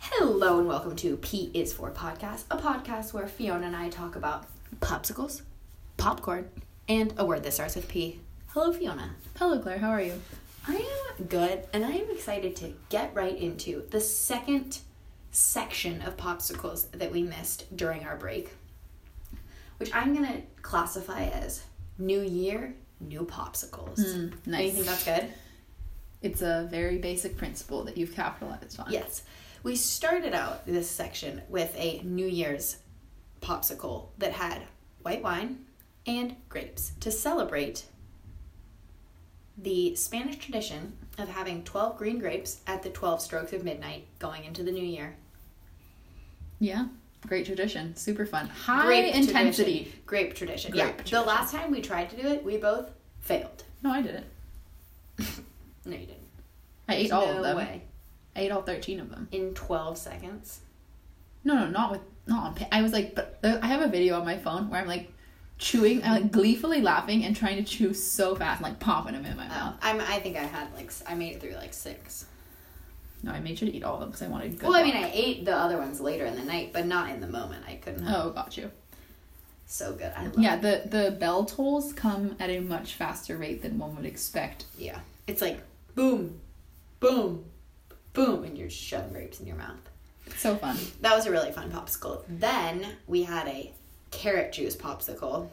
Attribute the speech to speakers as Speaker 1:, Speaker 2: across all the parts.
Speaker 1: Hello and welcome to P is for Podcast, a podcast where Fiona and I talk about popsicles, popcorn, and a word that starts with P. Hello, Fiona.
Speaker 2: Hello, Claire. How are you?
Speaker 1: I am good and I am excited to get right into the second section of popsicles that we missed during our break, which I'm going to classify as New Year, New Popsicles. Do you think that's good?
Speaker 2: It's a very basic principle that you've capitalized on.
Speaker 1: Yes. We started out this section with a New Year's popsicle that had white wine and grapes to celebrate the Spanish tradition of having 12 green grapes at the 12 strokes of midnight going into the new year.
Speaker 2: Yeah. Great tradition. Super fun. High
Speaker 1: Grape
Speaker 2: intensity.
Speaker 1: Tradition. Grape tradition. yeah.
Speaker 2: Grape
Speaker 1: The
Speaker 2: tradition.
Speaker 1: last time we tried to do it, we both failed.
Speaker 2: No, I didn't.
Speaker 1: No, you didn't.
Speaker 2: I ate
Speaker 1: There's
Speaker 2: all
Speaker 1: no
Speaker 2: of them.
Speaker 1: way.
Speaker 2: I ate all thirteen of them.
Speaker 1: In 12 seconds.
Speaker 2: No, no, not with not on. pa- I was like, but uh, I have a video on my phone where I'm like chewing, I'm like gleefully laughing and trying to chew so fast, and like popping them in my
Speaker 1: Oh,
Speaker 2: mouth.
Speaker 1: I'm, I think I had like, s- I made it through like six.
Speaker 2: No, I made sure to eat all of them because I wanted. Good
Speaker 1: Well, I mean, I
Speaker 2: luck.
Speaker 1: ate the other ones later in the night, but not in the moment. I couldn't. Have.
Speaker 2: Oh, got you.
Speaker 1: So good. I love
Speaker 2: Yeah, the the bell tolls come at a much faster rate than one would expect.
Speaker 1: Yeah. It's like boom, boom, boom, and you're shoving grapes in your mouth.
Speaker 2: So fun.
Speaker 1: That was a really fun popsicle. Then we had a carrot juice popsicle,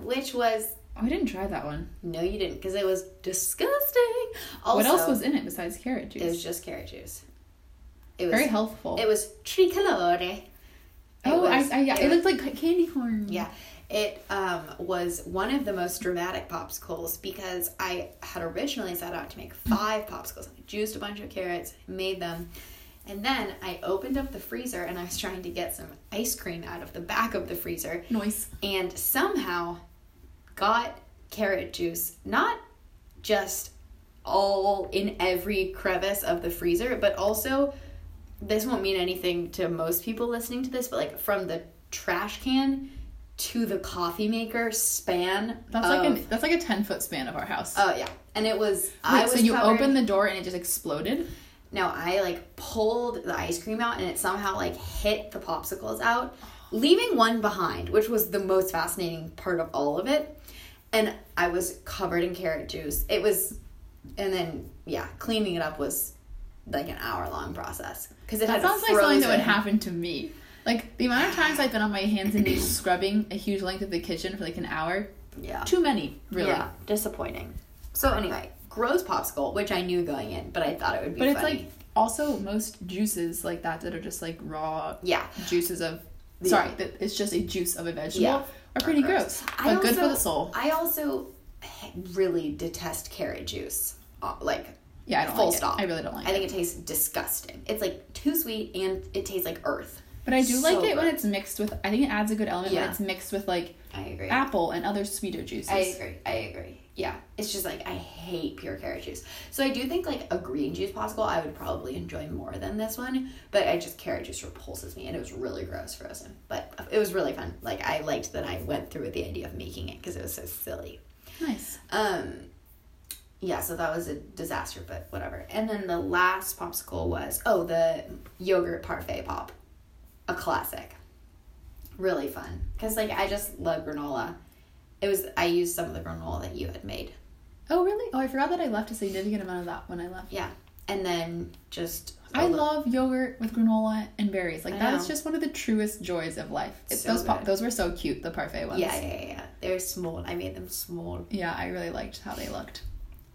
Speaker 1: which was
Speaker 2: Oh, I didn't try that one.
Speaker 1: no, you didn't, because it was disgusting. Also,
Speaker 2: what else was in it besides carrot juice?
Speaker 1: It was just carrot juice. It was
Speaker 2: Very healthful.
Speaker 1: It was tricolore. It
Speaker 2: oh,
Speaker 1: was-
Speaker 2: I, I, yeah,
Speaker 1: it
Speaker 2: it looked like ca- candy corn.
Speaker 1: Yeah, it um, was one of the most dramatic popsicles because I had originally set out to make five popsicles. I juiced a bunch of carrots, made them, and then I opened up the freezer and I was trying to get some ice cream out of the back of the freezer
Speaker 2: Noise.
Speaker 1: and somehow got carrot juice not just all in every crevice of the freezer but also this won't mean anything to most people listening to this but like from the trash can to the coffee maker span
Speaker 2: That's
Speaker 1: of,
Speaker 2: like an that's like a ten foot span of our house.
Speaker 1: oh yeah and it was i
Speaker 2: Wait,
Speaker 1: was
Speaker 2: so you
Speaker 1: covered-
Speaker 2: opened the door and it just exploded.
Speaker 1: no, I like pulled the ice cream out and it somehow like hit the popsicles out, leaving one behind, which was the most fascinating part of all of it. And I was covered in carrot juice. It was, and then yeah, cleaning it up was like an hour long process because it
Speaker 2: That
Speaker 1: had
Speaker 2: sounds like something that would
Speaker 1: frozen-
Speaker 2: happen to me. Like the amount of times I've been on my hands and knees scrubbing a huge length of the kitchen for like an hour.
Speaker 1: Yeah,
Speaker 2: Too many, really.
Speaker 1: yeah, disappointing. So anyway, gross popsicle, which I knew going in, but I thought it would be.
Speaker 2: But it's
Speaker 1: funny.
Speaker 2: like also most juices like that that are just like raw
Speaker 1: yeah,
Speaker 2: juices of.
Speaker 1: Yeah.
Speaker 2: Sorry, that it's just a juice of a vegetable.
Speaker 1: Yeah.
Speaker 2: Are pretty
Speaker 1: Gross.
Speaker 2: gross, but
Speaker 1: I
Speaker 2: good for
Speaker 1: also-
Speaker 2: the soul.
Speaker 1: I also really detest carrot juice. Uh, Like,
Speaker 2: Yeah, I don't
Speaker 1: full
Speaker 2: like it.
Speaker 1: stop.
Speaker 2: I really don't like
Speaker 1: I think it tastes disgusting. It's like too sweet and it tastes like earth.
Speaker 2: But I do like
Speaker 1: So
Speaker 2: it when
Speaker 1: good.
Speaker 2: it's mixed with. I think it adds a good element
Speaker 1: Yeah.
Speaker 2: when it's mixed with like
Speaker 1: I agree.
Speaker 2: apple and other sweeter juices.
Speaker 1: I agree. I agree. Yeah. It's just like I hate pure carrot juice. So I do think like a green juice popsicle I would probably enjoy more than this one, but I just carrot juice repulses me and it was really gross frozen. But it was really fun. Like I liked that I went through with the idea of making it because it was so silly.
Speaker 2: nice.
Speaker 1: Um, yeah, so that was a disaster, but whatever. And then the last popsicle was oh the yogurt parfait pop, a classic. Really fun because like I just love granola. It was I used some of the granola that you had made.
Speaker 2: Oh really? Oh, I forgot that I left a significant amount of that when I left.
Speaker 1: Yeah, and then just
Speaker 2: I love yogurt with granola and berries. Like
Speaker 1: I
Speaker 2: that is
Speaker 1: know.
Speaker 2: just one of the truest joys of life. It-
Speaker 1: So
Speaker 2: those pop,
Speaker 1: good.
Speaker 2: those were so cute. The parfait ones.
Speaker 1: Yeah, yeah, yeah, yeah. They're small. I made them small.
Speaker 2: Yeah, I really liked how they looked.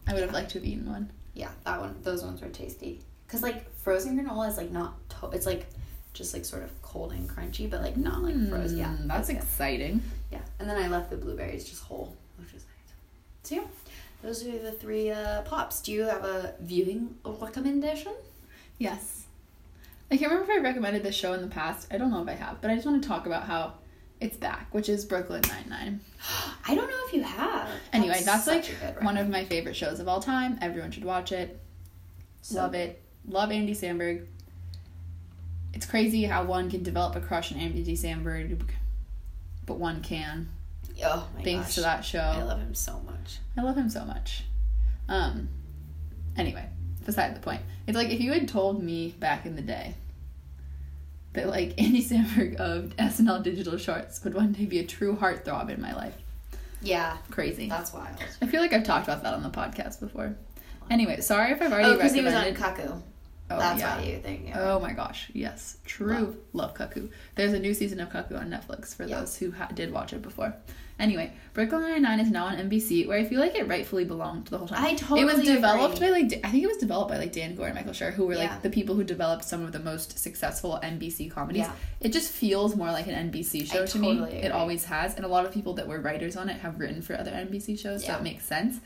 Speaker 2: I would have liked to have eaten one.
Speaker 1: Yeah, that one. Those ones were tasty. Cause like frozen granola is like not. To- it's like just like sort of cold and crunchy, but like not like frozen. Yeah,
Speaker 2: Mm, that's
Speaker 1: it was good.
Speaker 2: exciting.
Speaker 1: Yeah, and then I left the blueberries just whole, which is nice. So yeah, those are the three uh, pops. Do you have a viewing recommendation?
Speaker 2: Yes. I can't remember if I recommended this show in the past. I don't know if I have, but I just want to talk about how it's back, which is Brooklyn Nine Nine.
Speaker 1: I don't know if you have.
Speaker 2: Anyway, that's,
Speaker 1: such a
Speaker 2: like
Speaker 1: good
Speaker 2: one of my favorite shows of all time. Everyone should watch it.
Speaker 1: So
Speaker 2: Love it. Love Andy Samberg. It's crazy how one can develop a crush on Andy Samberg, but one can
Speaker 1: rec- Oh my
Speaker 2: thanks
Speaker 1: gosh.
Speaker 2: to that show.
Speaker 1: I love him so much.
Speaker 2: I love him so much. Um, anyway, beside the point. It's like if you had told me back in the day that like Andy Samberg of SNL Digital Shorts would one day be a true heartthrob in my life.
Speaker 1: Yeah,
Speaker 2: Crazy.
Speaker 1: that's wild.
Speaker 2: I feel like I've talked about that on the podcast before. Anyway, sorry if I've already
Speaker 1: Oh, because he was on
Speaker 2: recommended-
Speaker 1: Kaku.
Speaker 2: Oh,
Speaker 1: that's
Speaker 2: yeah.
Speaker 1: why you think. Yeah.
Speaker 2: Oh my gosh, yes, true.
Speaker 1: Wow.
Speaker 2: Love Cuckoo. There's a new season of Cuckoo on Netflix for
Speaker 1: Yeah.
Speaker 2: those who ha- did watch it before. Anyway, Brooklyn Nine Nine is now on NBC, where I feel like it rightfully belonged the whole time.
Speaker 1: I
Speaker 2: It was
Speaker 1: totally
Speaker 2: developed
Speaker 1: agree.
Speaker 2: by like I think it was developed by like Dan Gore and Michael Schur, who were
Speaker 1: Yeah.
Speaker 2: like the people who developed some of the most successful NBC comedies.
Speaker 1: Yeah.
Speaker 2: It just feels more like an NBC show
Speaker 1: I
Speaker 2: to me.
Speaker 1: totally agree.
Speaker 2: It always has, and a lot of people that were writers on it have written for other NBC shows, so
Speaker 1: Yeah.
Speaker 2: it makes sense.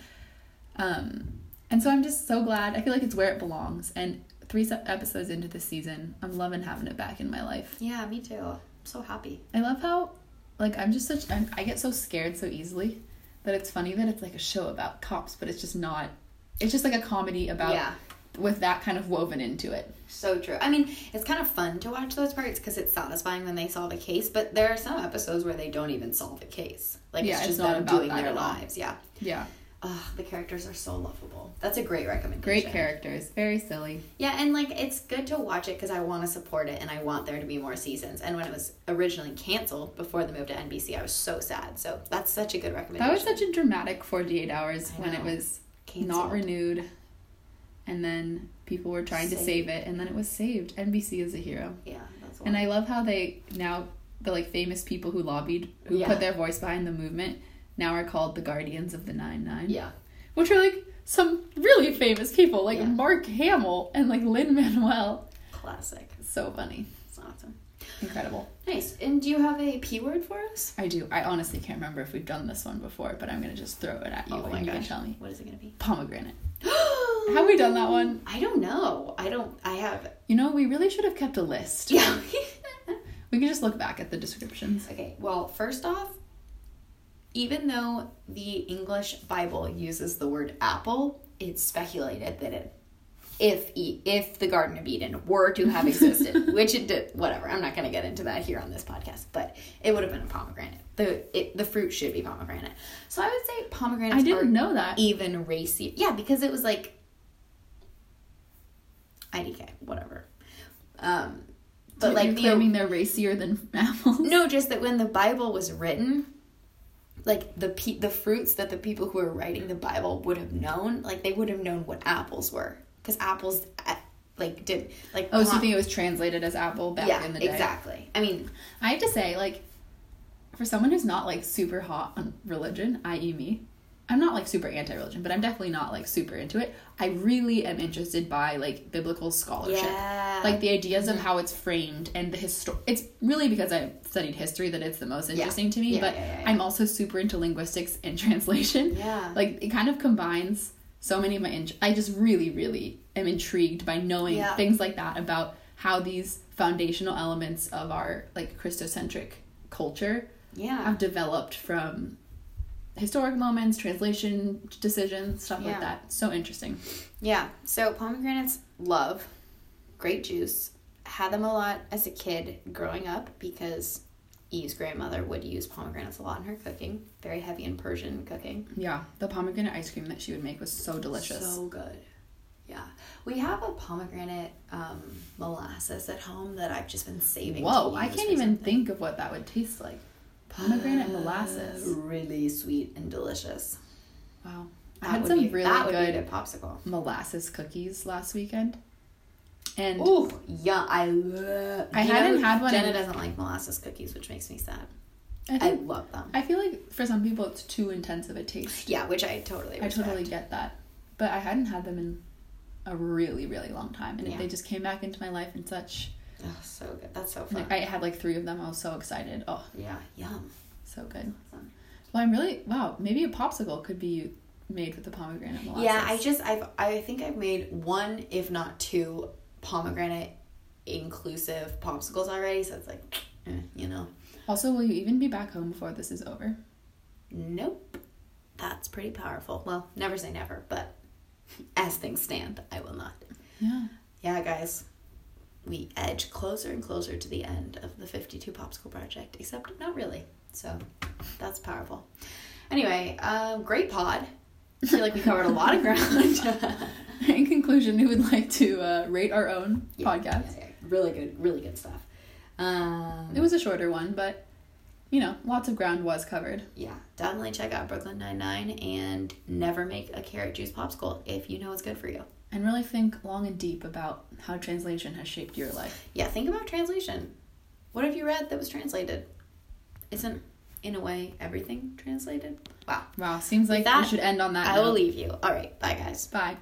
Speaker 2: Um, and so I'm just so glad. I feel like it's where it belongs. And three se- episodes into the season, I'm loving having it back in my life.
Speaker 1: Yeah, me too. I'm so happy.
Speaker 2: I love how, like, I'm just such. I'm, I get so scared so easily that it's funny that it's like a show about cops, but it's just not. It's just like a comedy about
Speaker 1: Yeah.
Speaker 2: with that kind of woven into it.
Speaker 1: So true. I mean, it's kind of fun to watch those parts because it's satisfying when they solve a case, but there are some episodes where they don't even solve a case. Like
Speaker 2: Yeah,
Speaker 1: it's
Speaker 2: it's
Speaker 1: just
Speaker 2: not
Speaker 1: them
Speaker 2: about
Speaker 1: doing
Speaker 2: that
Speaker 1: their
Speaker 2: at all.
Speaker 1: lives. Yeah.
Speaker 2: Yeah,
Speaker 1: Ugh, the characters are so lovable. That's a great recommendation.
Speaker 2: great characters, very silly.
Speaker 1: Yeah, and like it's good to watch it because I want to support it and I want there to be more seasons. And when it was originally canceled before the move to NBC, I was so sad. So that's such a good recommendation.
Speaker 2: That was such a dramatic 48 hours
Speaker 1: I
Speaker 2: when it
Speaker 1: know.
Speaker 2: was
Speaker 1: Canceled.
Speaker 2: not renewed, and then people were trying to
Speaker 1: Saved.
Speaker 2: save it, and then it was saved. NBC is a hero.
Speaker 1: Yeah, that's
Speaker 2: And I love how they now the like famous people who lobbied who
Speaker 1: Yeah.
Speaker 2: put their voice behind the movement now are called the guardians of the nine nine.
Speaker 1: yeah,
Speaker 2: Which are like some really famous people like
Speaker 1: Yeah.
Speaker 2: Mark Hamill and like Lin Manuel.
Speaker 1: classic.
Speaker 2: So funny.
Speaker 1: It's awesome.
Speaker 2: Incredible.
Speaker 1: Nice. And do you have a P word for us?
Speaker 2: I do. I honestly can't remember if we've done this one before, but I'm gonna just throw it at you
Speaker 1: Oh
Speaker 2: and you can tell me.
Speaker 1: What is it gonna be?
Speaker 2: Pomegranate.
Speaker 1: have
Speaker 2: Have we done that one?
Speaker 1: I don't know. I don't. I have.
Speaker 2: You know, we really should have kept a list.
Speaker 1: Yeah.
Speaker 2: We can just look back at the descriptions.
Speaker 1: okay. Well, first off, even though the English Bible uses the word apple, it's speculated that it, if E- if the Garden of Eden were to have existed, which it did, whatever. I'm not going to get into that here on this podcast, but it would have been a pomegranate. The it, the fruit should be pomegranate. So I would say pomegranates.
Speaker 2: I
Speaker 1: are
Speaker 2: didn't know that.
Speaker 1: even racy. Yeah, because it was like IDK, whatever. Um, but
Speaker 2: But
Speaker 1: like
Speaker 2: like
Speaker 1: the
Speaker 2: claiming they're racier than mammals.
Speaker 1: no, just that when the Bible was written, like the pe- the fruits that the people who were writing the Bible would have known, like they would have known what apples were, because apples uh, like did like
Speaker 2: Oh, so
Speaker 1: con-
Speaker 2: you think it was translated as apple back
Speaker 1: Uh-huh. yeah
Speaker 2: in the day?
Speaker 1: exactly. I mean,
Speaker 2: I have to say, like, for someone who's not like super hot on religion, i.e., me, I'm not like super anti-religion, but I'm definitely not like super into it. I really am interested by like biblical scholarship,
Speaker 1: Yeah.
Speaker 2: like the ideas of how it's framed and the history. It's really because I've studied history that it's the most interesting to me.
Speaker 1: Yeah,
Speaker 2: but
Speaker 1: yeah, yeah, yeah.
Speaker 2: I'm also super into linguistics and translation.
Speaker 1: Yeah.
Speaker 2: like it kind of combines so many of my. In- I just really, really am intrigued by knowing
Speaker 1: Yeah.
Speaker 2: things like that about how these foundational elements of our like Christocentric culture
Speaker 1: yeah,
Speaker 2: have developed from historic moments, translation decisions, stuff
Speaker 1: Yeah.
Speaker 2: like that. So interesting.
Speaker 1: yeah. So pomegranates love, great juice. Had them a lot as a kid growing up because Eve's grandmother would use pomegranates a lot in her cooking. Very heavy in Persian cooking.
Speaker 2: Yeah, the pomegranate ice cream that she would make was so delicious.
Speaker 1: So good. Yeah. We have a pomegranate um, molasses at home that I've just been saving.
Speaker 2: Whoa,
Speaker 1: to
Speaker 2: I
Speaker 1: use
Speaker 2: can't
Speaker 1: for
Speaker 2: even
Speaker 1: something.
Speaker 2: think of what that would taste like. Pomegranate molasses.
Speaker 1: Really sweet and delicious.
Speaker 2: Wow. I
Speaker 1: That
Speaker 2: had
Speaker 1: would
Speaker 2: some
Speaker 1: be, that
Speaker 2: really
Speaker 1: would be a good
Speaker 2: good
Speaker 1: popsicle.
Speaker 2: molasses cookies last weekend. And
Speaker 1: Ooh, yeah, I love.
Speaker 2: I
Speaker 1: You know
Speaker 2: hadn't
Speaker 1: who-
Speaker 2: had one
Speaker 1: Jenna
Speaker 2: in-
Speaker 1: doesn't like molasses cookies, which makes me sad.
Speaker 2: I
Speaker 1: I
Speaker 2: think
Speaker 1: love them.
Speaker 2: I feel like for some people it's too intense of a taste.
Speaker 1: Yeah, which I totally.
Speaker 2: I
Speaker 1: Respect.
Speaker 2: totally get that. But I hadn't had them in a really, really long time. And
Speaker 1: Yeah.
Speaker 2: they just came back into my life in such.
Speaker 1: Oh, so good. That's so fun.
Speaker 2: Like, I had like three of them. I was so excited. Oh,
Speaker 1: yeah, yum.
Speaker 2: so good. Well, I'm really. Wow, maybe a popsicle could be made with the pomegranate molasses.
Speaker 1: Yeah, I just I've I think I've made one if not two pomegranate inclusive popsicles already, so it's like eh, you know.
Speaker 2: Also, will you even be back home before this is over?
Speaker 1: Nope. That's pretty powerful. Well, never say never, but as things stand, I will not.
Speaker 2: Yeah.
Speaker 1: Yeah, guys. We edge closer and closer to the end of the 52 Popsicle Project, except not really. So that's powerful. Anyway, um, great pod. I feel like we covered a lot of ground.
Speaker 2: In conclusion, we would like to uh, rate our own
Speaker 1: Yeah,
Speaker 2: podcast.
Speaker 1: yeah, yeah. Really good, really good stuff. Um,
Speaker 2: It was a shorter one, but you know, lots of ground was covered.
Speaker 1: yeah, definitely check out Brooklyn Nine Nine and never make a carrot juice popsicle if you know it's good for you.
Speaker 2: And really think long and deep about how translation has shaped your life.
Speaker 1: Yeah, think about translation. What have you read that was translated? Isn't in a way everything translated? Wow.
Speaker 2: Wow, seems like
Speaker 1: that,
Speaker 2: we should end on that.
Speaker 1: I will
Speaker 2: note.
Speaker 1: leave you. All right, bye guys.
Speaker 2: Bye.